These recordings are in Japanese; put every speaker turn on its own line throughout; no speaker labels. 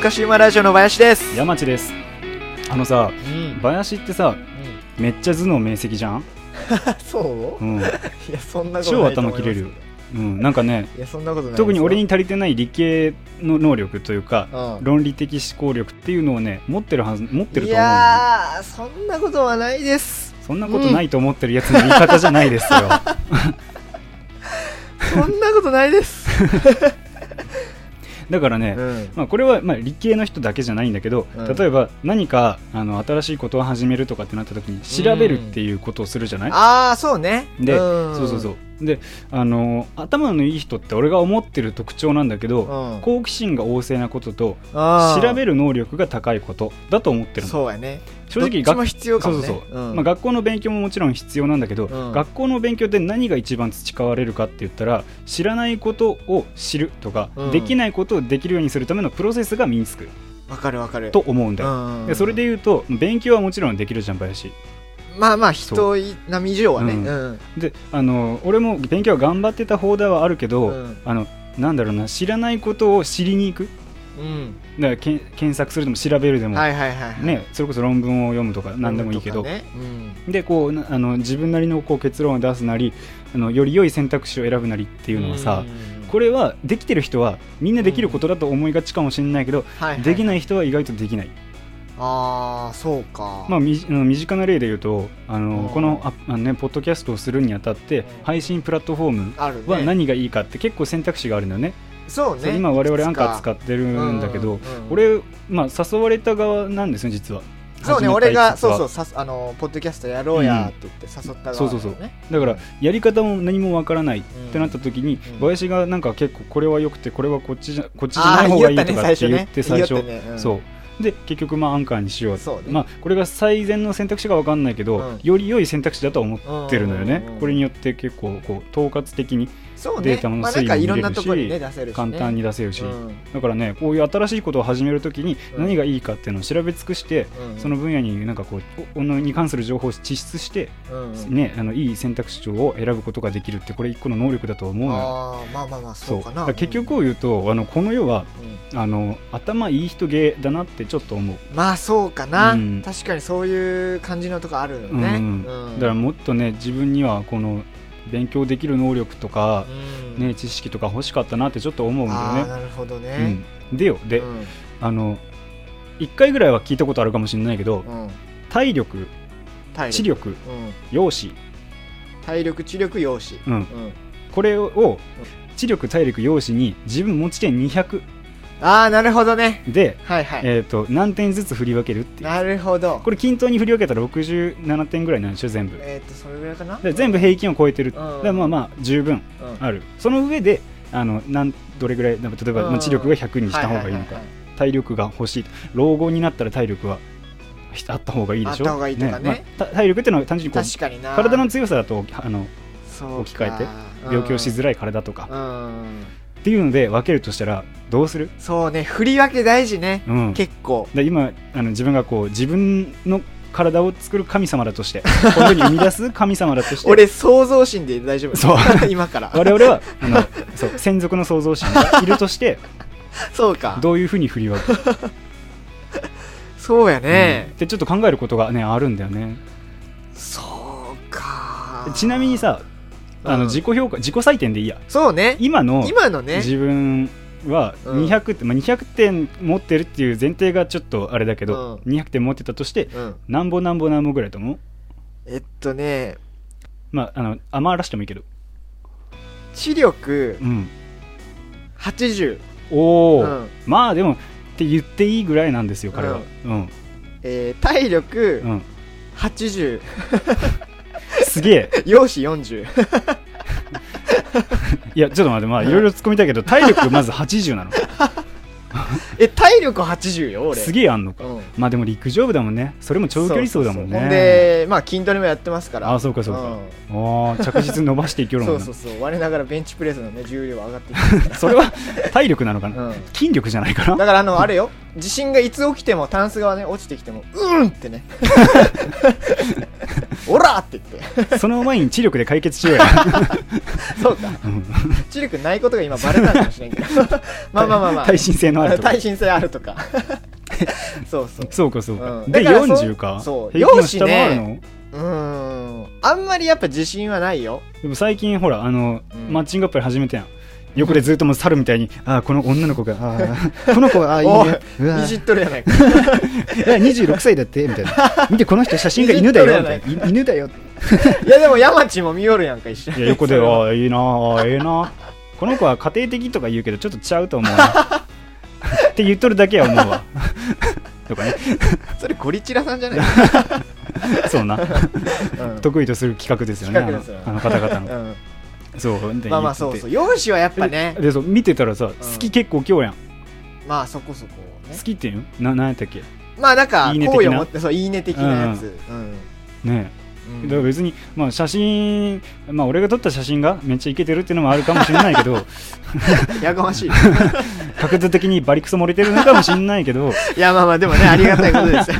かし馬ラジオの林です
山地ですあのさ
うん
林ってさめっちゃ頭脳明晰じゃん
そう
うん、
いやそんなことないと思います
超頭切れるようん、なん かね
いやそんなことないですよ
特に俺に足りてない理系の能力という
う
か
ん
論理的思考力っていうのをね持ってるはず持ってる
い
と思うの
やーそんなことはないです
そんなことないと思ってるやつの言い方じゃないですよ、
そんなことないです、
だから ね、
うん
まあ、これはまあ理系の人だけじゃないんだけど、
うん
例えば何かあの新しいことを始めるとかってなった時に調べるっていうことをするじゃない、
ああそうね
で
ん
そうそうそうであの頭のいい人って俺が思ってる特徴なんだけど、
うん
好奇心が旺盛なことと
あー
調べる能力が高いことだと思ってるの
そうやね
正直
どっち
学
も必要か
そ
も
う
ね
そうそう、
ん
まあ、学校の勉強ももちろん必要なんだけど、
うん
学校の勉強で何が一番培われるかって言ったら知らないことを知るとか、
うん
できないことをできるようにするためのプロセスが身につく
わかるわかる
と思うんだよ、
うん
でそれで言うと勉強はもちろんできるじゃん林
まあまあ人並み以上はね
そう
うん
であの俺も勉強は頑張ってた方ではあるけど、
うん
あのなんだろうな知らないことを知りに行く
うん
だからけん検索するでも調べるでも、
はいはいはいはい
ね、それこそ論文を読むとか何でもいいけど、
とかねうん
でこうなあの自分なりのこう結論を出すなりあのより良い選択肢を選ぶなりっていうのはさ、
ん
これはできてる人はみんなできることだと思いがちかもしれないけど、
はいはい
できない人は意外とできない、
ああそうか
まあ、みあの身近な例で言うとあ
うん
のこのああの、ね、ポッドキャストをするにあたって配信プラットフォーム
あるね
は何がいいかって結構選択肢があるんだよね
そう
そう
ね
今我々アンカー使
っ
ってるんだけ
う
ど、
ん
俺、まあ、誘われた側なんですね実は
そうね
始めた
俺が
いつか
そう
は
そうさすあのポッドキャストやろうやって言って誘った側だよね
そうそうそうだからやり方も何もわからないってなった時に、
うん
林がなんか結構これは良くてこれはこっちじゃこっちじゃ
あ
な
あ
い
言
方
いよ
がいい
った
と
ね
か
最
って
初
言
ね
って最初、
言いよったねん
そうで結局まあアンカーにしよう
そうね
まあ、これが最善の選択肢がわかんないけど、
うん
より良い選択肢だとは思ってるのよね、
うんうんうん
これによって結構こう統括的に
そうね
データの
まあなん
推移
かいろ
も見れ
ん
る
なところにね
し
出せるしね
簡単に出せるし、
うん
だからねこういう新しいことを始めるときに
うん
何がいいかっていうのを調べ尽くして、
うん
その分野になんかこうおおのに関する情報を地出して、
うん
ね、あのいい選択肢を選ぶことができるってこれ一個の能力だと思うのよ。
ああまあまあまあそうか
だ
な
ら結局を言うとあのこの世は
うん
あの頭いい人芸だなってちょっと思う、
まあそうかな、
うん
確かにそういう感じのとこあるよね、
うん
うん
だからもっとね自分にはこの勉強できる能力とか
う、ん
ね、知識とか欲しかったなってちょっと思うん
あ
だ
あ
よね。
なるほど
う
ね、
ん、でよで、
うん
あの1回ぐらいは聞いたことあるかもしれないけど、
うん
体力
体力
知力
うん、
容姿、
体力知力容姿、
うん、
うん、
これを知力体力容姿に自分持ち点200
ああなるほどね
で、
はいはい、
えー、と何点ずつ振り分けるっていう
なるほど
これ均等に振り分けたら67点ぐらいなんでしょ全部
えっ、とそれぐらいかな
で全部平均を超えてる
ん
だからまあまあ十分
うん
あるその上であのなんどれぐらいなんか例えば
うん
まあ知力が100にした方がいいの
は
か
はは
体力が欲しい老後になったら体力はひあった方がいいでし
あっ
ょ
た方がいいとかね
まあた体力っていうのは単純にこ
は
う
い確かにな
体の強さだとあの
そう
置き
か
換えて病気をしづらい体とか
うん、うん
っていうので分けるとしたらどうする、
そうね振り分け大事ね、
うん、
結構
で今あの自分がこう自分の体を作る神様だとしてこの世に生み 出す神様だとして
俺想像心で大丈夫
そう
今から
我々はあのそう専属の創造神がいるとして
そうか
どういうふうに振り分ける
そうや
う
ね
ん、でちょっと考えることが、ね、あるんだよね
そうか
ちなみにさあ
うん
の自己評価、自己採点でいいや
そうね
今の
今のね
自分は
うん
200点、まあ、200点持ってるっていう前提がちょっとあれだけど、
う
200点持ってたとして
うん
なんぼなんぼなんぼぐらいと思う
えっとね
まああの余らしてもいいけど、
知力
うん、
80
おお、
うん
まあでもって言っていいぐらいなんですよ彼は、うん
えー体力
うん
80
すげえ
容姿40
いやちょっと待ってまあいろいろ突っ込み たいけど体力まず80なの
え体力80よ俺
すげえあんのか
うん
まあでも陸上部だもんねそれも長距離走だもん
そうそうそうほん
ね
でまあ筋トレもやってますから
あそうかそうかあー着実に伸ばしていけ
う
る
ん
も
そ
ん
う
な
そうそう我ながらベンチプレスのね重量上がっていく
それは体力なのかな、
うん
筋力じゃないか
だ
な
からあ のあれよ地 震がいつ起きてもタンスがね落ちてきてもうんってね「オラ!」って言って
その前に知力で解決しようや
そうか知力ないことが今バレたのかもしれんけどま あまあまあまあ
耐震性のあるとこ
耐震性あると かそうそう
そうかそうか、
うん
で
だからそ
40か
そう
平均の
容姿
下
ね
回るの
うーんあんまりやっぱ自信はないよ
でも最近ほらあの、
うん
マッチングアプリ始めたやん横でずっともう猿み たいに「ああこの女の子があー この子はああいい
お
ねうわ
いじっとるやないか
え26歳だって」 みたいな「見てこの人写真が犬だよ」みたいな「い犬だよ」
いやでも山地も見よるやんか一緒
い
に
や横 で「
それは
ああいいなああええなこの子は家庭的」とか言うけどちょっとちゃうと思 うなって言っとるだけや思うわ とかね
それゴリチラさんじゃ ない、
そうな
うん
得意とする企画ですよね
企画ですよね
あのあの方々の
うん
そう本当に
まあまあそうそう容姿はやっぱね
でそう見てたらさ好き結構今日やん
まあそこそこね
好きっていうのな何やったっけ
まあだか
いいね
ら
的な
好意を持ってそういいね的なやつうん
ね
う
え
ん
だから別に、まあ、写真、まあ、俺が撮った写真がめっちゃイケてるっていうのもあるかもしれない けど
やかましい
確実的にバリクソ漏れてるのかもしれないけど
いやまあまあでもねありがたいこと ですよ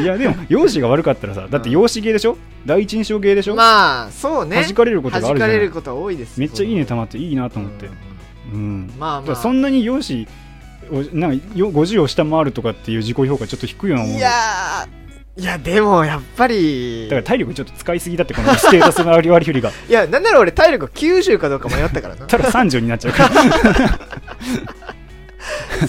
いやでも容姿が悪かったらさだって容姿芸でしょ第一印象芸でしょ、
まあそうね
弾かれることがあるじゃ
弾か
な
れ
い
ることは多いです
めっちゃいいねた
ま
まっていいなと思って、うん
まあま
だから
あ
そんなに容姿をなんかよ50を下回るとかっていう自己評価ちょっと低いようなもん
い
だ
や
か
ーいやでもやっぱり
ら体力ちょっと使いすぎだってこのステータスの割り振りが
いやなんなら俺体力90かどうか迷ったからな
ただ30になっちゃうから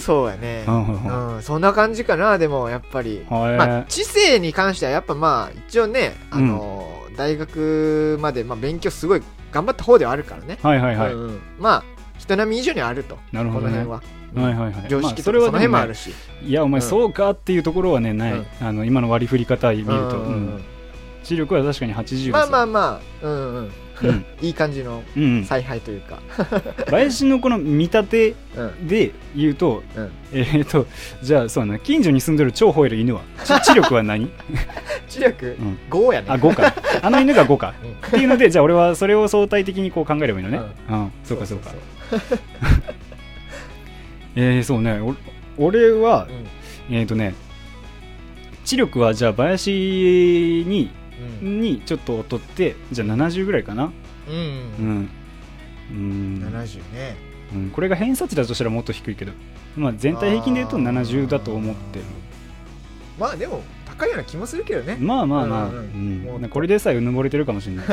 そうやね
うんうんうん
うんそんな感じかなでもやっぱり
はい
まあ、知性に関してはやっぱまあ一応ね、あのー大学まで、まあ、勉強すごい頑張った方ではあるからね、
はいはいはい、
うんうんまあ人並み以上にはあると
なるほどね
この辺は、
はいはいはい
常
まあ
識とかその辺もあ
ね
るし、
いやお前
うん
そうかっていうところはねない、
うん
あの今の割り振り方見ると、
うんうんうん
うん視力は確かに80ですよ
まあまあまあ、うんうん、
うん
いい感じの
うんうん、
采配というか、
林のこの見立て
うん
で言うと、
うん
えーっとじゃあそうだな近所に住んでる超吠える犬はち 知力は何
知力
うん
5やね
あ5かあの犬が5か
うん
っていうのでじゃあ俺はそれを相対的にこう考えればいいのね、う
うん
そうかそうかえー、そうねお俺は
うん
えー、っとね知力はじゃあ林に
うん
にちょっと劣ってじゃあ70ぐらいかな
うん
う
うん
ん、うん
70ね
うん、これが偏差値だとしたらもっと低いけど、まあ、全体平均で言うと70だと思ってる
まあでも高いような気もするけどね、
まあまあまあ、う
うんうん
ん
もう
これでさえうぬぼれてるかもしれない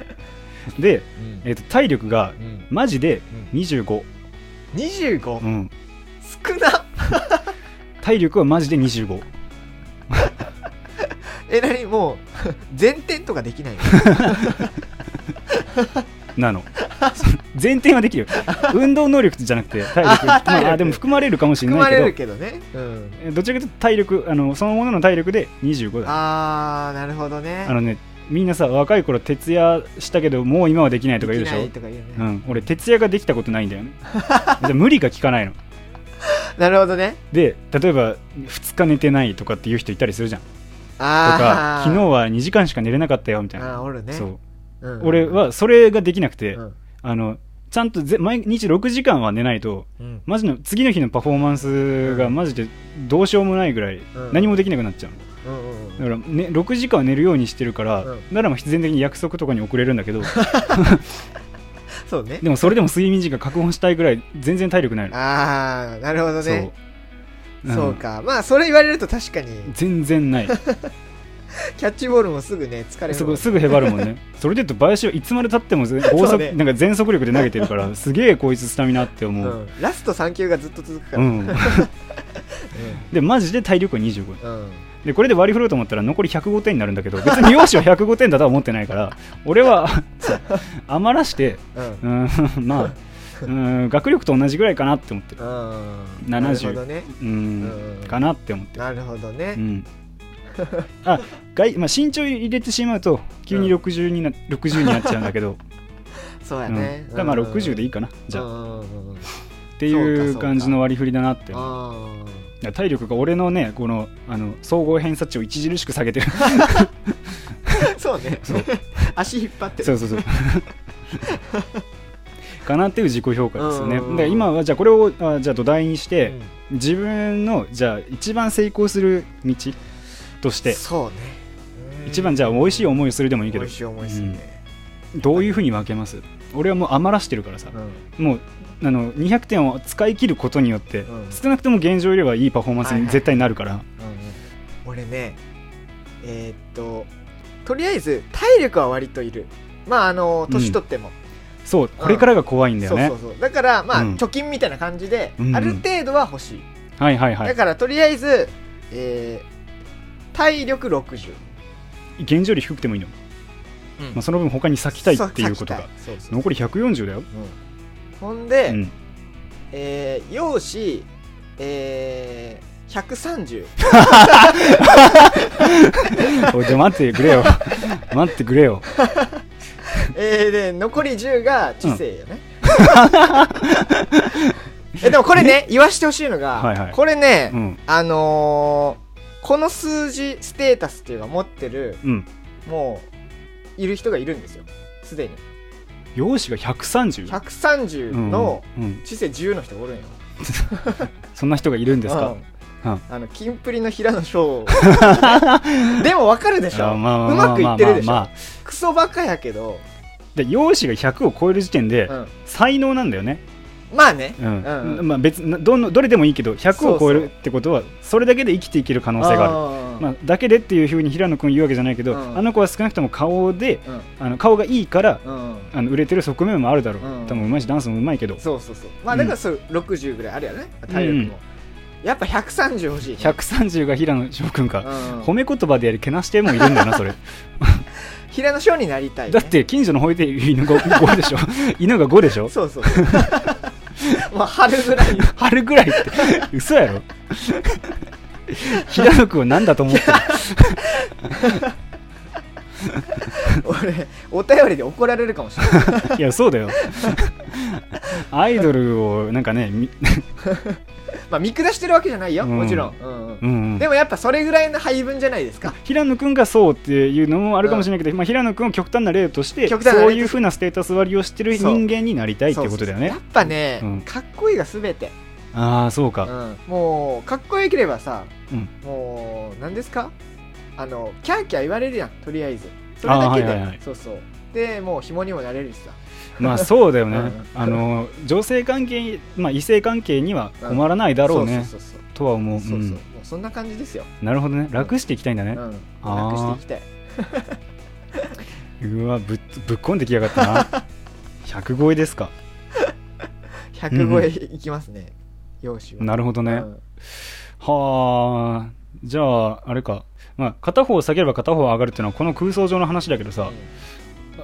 で、
うん
えー、と体力が
うん
マジで
うん
25、
25、
うん、
少な
体力はマジで25
えなにもう 前転とかできないの
なの 前転はできるよ運動能力じゃなくて体 力ま
体
あ
力
あでも含まれるかもしれ
含
な
ま
いけ
れ
ど
るけどね、うん、
えーどちらかというと体力あのそのものの体力で25だ
あーなるほどね
あのねみんなさ若い頃徹夜したけどもう今はできないとか言うでし
きな
ょ
いとか言うね
うん、俺徹夜ができたことないんだよねじゃあ無理が効かないの
なるほどね
で例えば2日寝てないとかっていう人いたりするじゃんと
あ
か
あ
昨日は2時間しか寝れなかったよみたい
あ
な、
ーおるね
そう
うんうんうん
俺はそれができなくて、
うん
あのちゃんとぜ毎日6時間は寝ないと
うん
マジの次の日のパフォーマンスがマジでどうしようもないぐらい
ん
何もできなくなっちゃうの
うんうんうん
だから、ね、6時間は寝るようにしてるから、
うん
ならまあ必然的に約束とかに遅れるんだけど
そうね
でもそれでも睡眠時間確保したいぐらい全然体力ないの。
ああなるほどね
そう
そ
うん
うかまあそれ言われると確かに
全然ない
キャッチボールもすぐね疲れる
すぐすぐへばるもんねそれで言うと林はいつまでたっても全高
そう
速、
ね
なんか全速力で投げてるからすげえこいつスタミナって
う
思う、
んラスト3球がずっと続くか
う
ら
んでマジで体力は25
うんうん
でこれで割り振ろうと思ったら残り105点になるんだけど別に容姿は105点だとは思ってないから俺はそう余らして
うん
うーんま あうーん学力と同じぐらいかなって思ってる
うん
70
なるほどね
うーん
うん
かなって思ってる
なるほどね
うん、あ外、まあ、身長入れてしまうと急に
うん
60にな,、60になっちゃうんだ けど、
そう
う
や
ん
ね
だからまあ60でいい
い
かなじゃあっ
あ
てい
そうか
う
そうか
感じの割り振りだなってだか
あー
ら体力が俺のねこのあの総合偏差値を著しく下げ てる
そうね
そう
足引っ張って
そ
る
うそうそうかなっていう自己評価ですよね
うんうんうん
で今はじゃあこれをあじゃあ土台にし
う
て
ん、
自分のじゃあ一番成功する道として
そうね
一番じゃあ美味しい思いをするでもいいけ
美
ど
味しい思いするね、
どういうふうに分けます俺はもう余らしてるからさ
うん
もうあの200点を使い切ることによって、
うん
少なくとも現状よりはいいパフォーマンス
はい
に
はい
絶対なるから、
俺ねえーっととりあえず体力は割といるまああの年取っても、
そうこれからが怖いんだ
そ
よ
う
ね、
そうそうだからまあ、
うん
貯金みたいな感じで、
うんうん
ある程度は欲しい、
はいはいは
だ
い
からとりあえず、えー体力60、
現状より低くてもいいの、
うん
まあ、その分他に割きたいっていうこと
そ
が
割きたいそうそう
残り140だよ、
うんほんで、
うん、
えー容姿えー130
おいじゃあ待ってくれよ 待ってくれよ
えーで残り10が知性よ ね、えでもこれね言わしてほしいのが、
はいはい
これね、
うん
あのーこの数字ステータスっていうか持ってる
うん
もういる人がいるんですよすでに
容姿が 130?
130
うん
の
うん、
知性10の人がおるんよ、
そんな人がいるんですか、
うん
うん
あのキンプリの平野翔 でもわかるでしょ
あ
う
まあまあまあ
まくいってるでし
まあ
ょ
ま
クソバカやけど、
で容姿が100を超える時点で、
うん、
才能なんだよね、
まあね
うん
うんうん
まあ、別などのどれでもいいけど100を超え
そう
る
そ
ってことはそれだけで生きていける可能性がある
あー
まあ、だけでっていうふうに平野君言うわけじゃないけど、
うん
あの子は少なくとも顔であの顔がいいから
うんうん
あの売れてる側面もあるだろう、
うん
多分うまいしダンスもうまいけど
そうそうそうまあだからそう60ぐらいあるやろね体力も、やっぱ130欲しいね、
130が平野翔君か、
うん
褒め言葉でやりけなしてもいるんだよな それ
平野翔になりたい、ね、
だって近所の保育園犬が 5, で しょ犬が5でしょ
そうそう まあ春ぐらいに
春ぐらいって嘘 やろ平野君は何だと思ってる
俺お便りで怒られるかもしれない
いやそうだよアイドルをなんかねみ
まあ見下してるわけじゃないよ、
うん
もちろん、うんうん
うんうん
でもやっぱそれぐらいの配分じゃないですか
平野君がそうっていうのもあるかもしれないけど、まあ、平野君を極端な例として
極端な例として
そういうふうなステータス割りをしてる人間になりたいっていうことだよね
そうそうそうやっぱね、
うん
かっこいいが全て、
ああそう
う
か、
ん、もうかっこよければさ、
うん
もう何ですかあのキャーキャー言われるやんとりあえずそれだけで、
あーはいはいはい
そうそうでもう紐にもなれるしさ
まあそうだよね、
うんうん
あの女性関係、まあ、異性関係には困らないだろうね、
そうそうそう
とは思う,、
そううそうそう、も
ん、
うそんな感じですよ、
なるほどね楽していきたいんだ
うん、
ね、
な
あー
くしていきたいう
わぶっぶっこんできやがった な100超えですか
100超えいきますね、容姿は
なるほどね、
うん
はあじゃああれか、まあ、片方を下げれば片方は上がるっていうのはこの空想上の話だけどさ、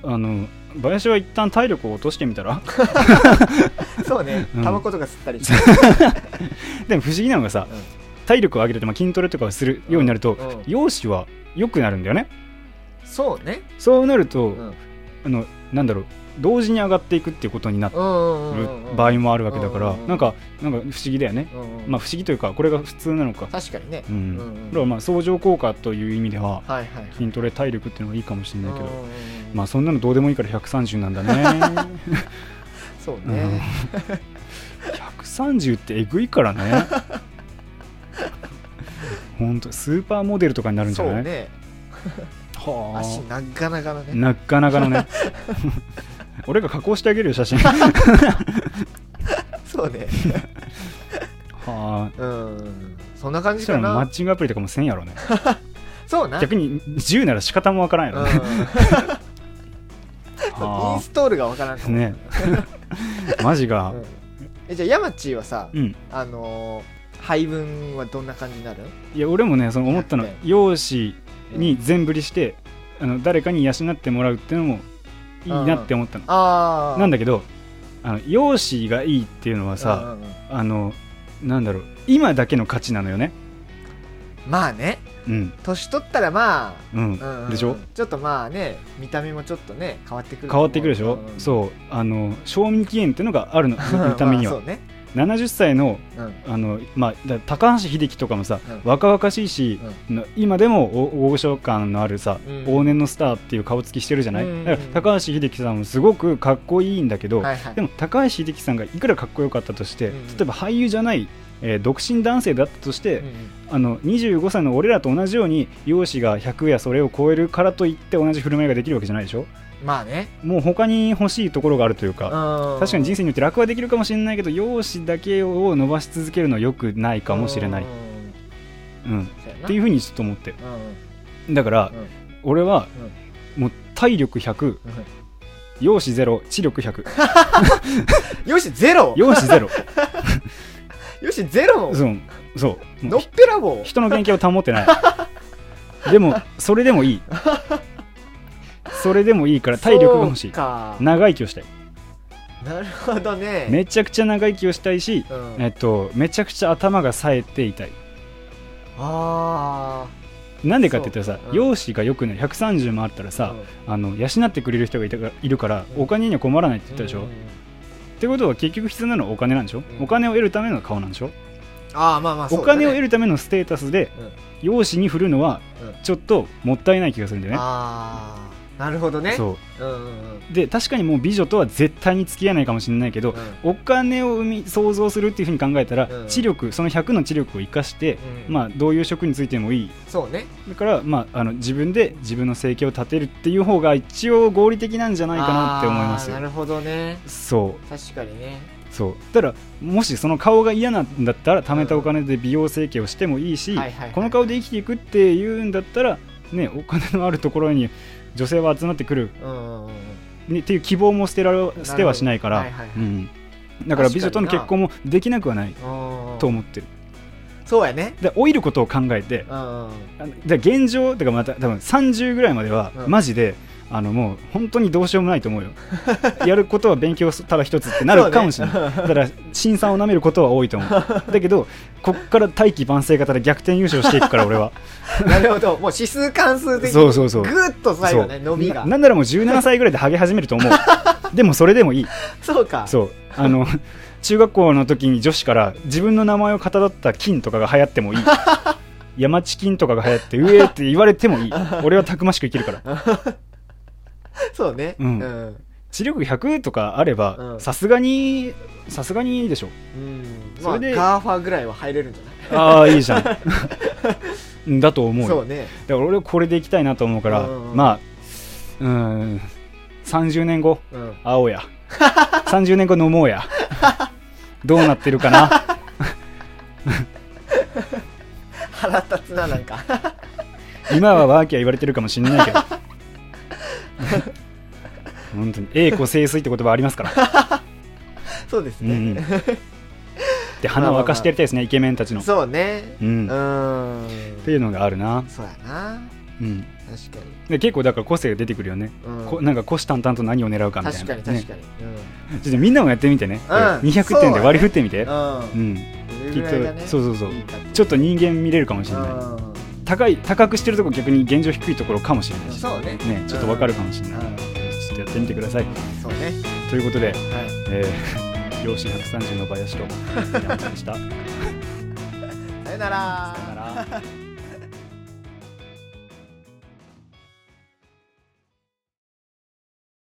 あの林は一旦体力を落としてみたら
そうね
うん
タバコとか吸ったりして、
でも不思議なのがさ、
うん
体力を上げると、まあ、筋トレとかをするようになると、
うんうん
容姿は良くなるんだよね
そうね
そうなると、
うんうん
あのなんだろう同時に上がっていくっていうことになる
うんうんうん
場合もあるわけだから、
うんうんうん
なんかなんか不思議だよね、
うんうん
まあ不思議というかこれが普通なのか、
確かにね
うん
うんうん
だからまあ相乗効果という意味では
はいはいはい
筋トレ体力っていうのはいいかもしれないけど、
うんうんうん
まあそんなのどうでもいいから130なん だね。
そう
うん
ね、
130ってえぐいからね。本当スーパーモデルとかになるんじゃ
そう
ない、
ね
は
足なかなかの
あ
ね
なかなかの ね俺が加工してあげるよ写真
そうね
はあ
うんそんな感
そ
じ
したら
か
マッ
な
チングアプリとかもせんやろね
そうな
逆に10なら仕方もわからんや
うん
ろね、
そうイン
は
ストールがわからんか
あ
も
ねマジ
う
が
んえじゃあ山地はさ、
うん
あのー配分はどんな感じになる
いや俺もねその思ったの
100点
容姿に全振りしてあの誰かに養ってもらうっていうのもいいなって思ったの
ああ
なん
だ
だけどあの容姿がいいっていうのはさ、あのなんだろう今だけの価値なのよね
まあね
うん
年取ったらま
う
あ、うんうん
ん
うん
でしょ
ちょっとまあね見た目もちょっとね変わってくると
変
思
わ
う
ってくるでしょ、
うんうん
そうあの賞味期限っていうのがあるの見た目には、
まあそうね
70歳の
うん
あの、まあ、だ高橋英樹とかもさ、
うん
若々しいし、な今でもお大御所感のあるさ、
うん
往年のスターっていう顔つきしてるじゃない、
うん
だから高橋英樹さんもすごくかっこいいんだけど、
はいはい
でも高橋英樹さんがいくらかっこよかったとして、
うん
例えば俳優じゃないえー独身男性だったとして、
うんうん
あの25歳の俺らと同じように容姿が100やそれを超えるからといって同じ振る舞いができるわけじゃないでしょ
まあね
もう他に欲しいところがあるというか
確
確かに人生によって楽はできるかもしれないけど容姿だけを伸ばし続けるのは良くないかもしれない、うん、っていう
う
ふうにちょっと思ってる
んうん
だから、
うん
俺は、もう体力100容姿0知力100
よしゼロ
容姿0
よしゼロ
そうそうも
の
う
っぺらぼう
人の原型を保ってない でもそれでもいいそれでもいいから体力が欲し
そう
い
かな
長生きをしたい
るほどね
めちゃくちゃ長生きをしたいし、
うん
えっと、めちゃくちゃ頭が冴えていたい
あ
なんでかって言ったらさ、
そううん
容姿がよくね130もあったら
あ
さ、あの養ってくれる人がいたからいるから
うん
お金には困らないって言ったでしょ、ってことは結局必要なのはお金なんでしょ、
うん
お金を得るための顔なんでしょ、
ああまあまあそ
お
うだね
金を得るためのステータスで、
うん
容姿に振るのは
うん
ちょっともったいない気がするんだよね、
ああなるほどね
そ
うんうんうん
うで確かにもう美女とは絶対に付き合えないかもしれないけど、お金を生み想像するっていうふうに考えたら、
うん
知力その100の知力を生かして、
うん
まあどういう職についてもいい
そうね
だから、まあ、あの自分で自分の生計を立てるっていう方が一応合理的なんじゃないかなって思います
あーな
よ
るほどね
そう
確かにね
そうただもしその顔が嫌なんだったら貯めたお金で美容整形をしてもいいし、
はいはいはい
この顔で生きていくっていうんだったら、ね、お金のあるところに女性は集まってくる、
うんうんうん
ね、っていう希望も捨てられ捨てはしないか
な
ら、
るほどはいはいはい
うん、だから美女との結婚もできなくはな
う
い
ん
と思ってる
そうやね
で老いることを考えて
うんうん
あので現状てかまた多分30ぐらいまでは、
うん
マジであのもう本当にどうしようもないと思うよ やることは勉強ただ一つってなるかもし れない、
そうね
だから新さんをなめることは多いと思うだけどこっから大器晩成型で逆転優勝していくから 俺は
なるほどもう指数関数的に
そうそうそう
ぐっと最後ね
そ
伸
う
びが
ななんならもう17歳ぐらいでハゲ始めると 思うでもそれでもいい
そうか
そうあ の中学校の時に女子から自分の名前をかたどった金とかが流行っ てもいい山地金とかが流行ってうえーって言われても いい俺はたくましく生きるから
そうね
うん
うん
知力100とかあれ
う
ば
ん
さすがにさすがにい いでしょ
うんま
そ
あ
れで
ガーファーぐらいは入れるんじゃない
ああいい じゃんだと思うよ
そうね
だから俺はこれでいきたいなと思うから、
うん
まあうーん30年後
うん
会おうや 30年後飲もうやどうなってるかな
腹立つななんか
今はワーキャー言われてるかもしんないけど本当に栄枯盛衰って言葉ありますから、
そうです
うんうん、
ね
で花を沸かしてやりたいですねイケメンたち の、
そうね
う、
うん
っ
ん
ていうのがあるな、
そうやな
うん、
確か
で結構だから個性が出てくるよね、
にうん
こなんか虎視眈々と何を狙うかみたいな
確かに
ね
確かに
ちょっとみんなもやってみてね、
うん
200点で割り振ってみて、
う
うんん、
うん
きっ
どれぐらいが
と
ね
そうそうそう
いいかっていう
ちょっと人間見れるかもしれない
うん
高い高くしてるとこ逆に現状低いところかもしれないし
そうね
ねちょっとわかるかもしれない、
うん
ちょっとやってみてください
そうね
ということで、
はい
えー、 漁師130の林と山田でしたさよ
さよなら
なら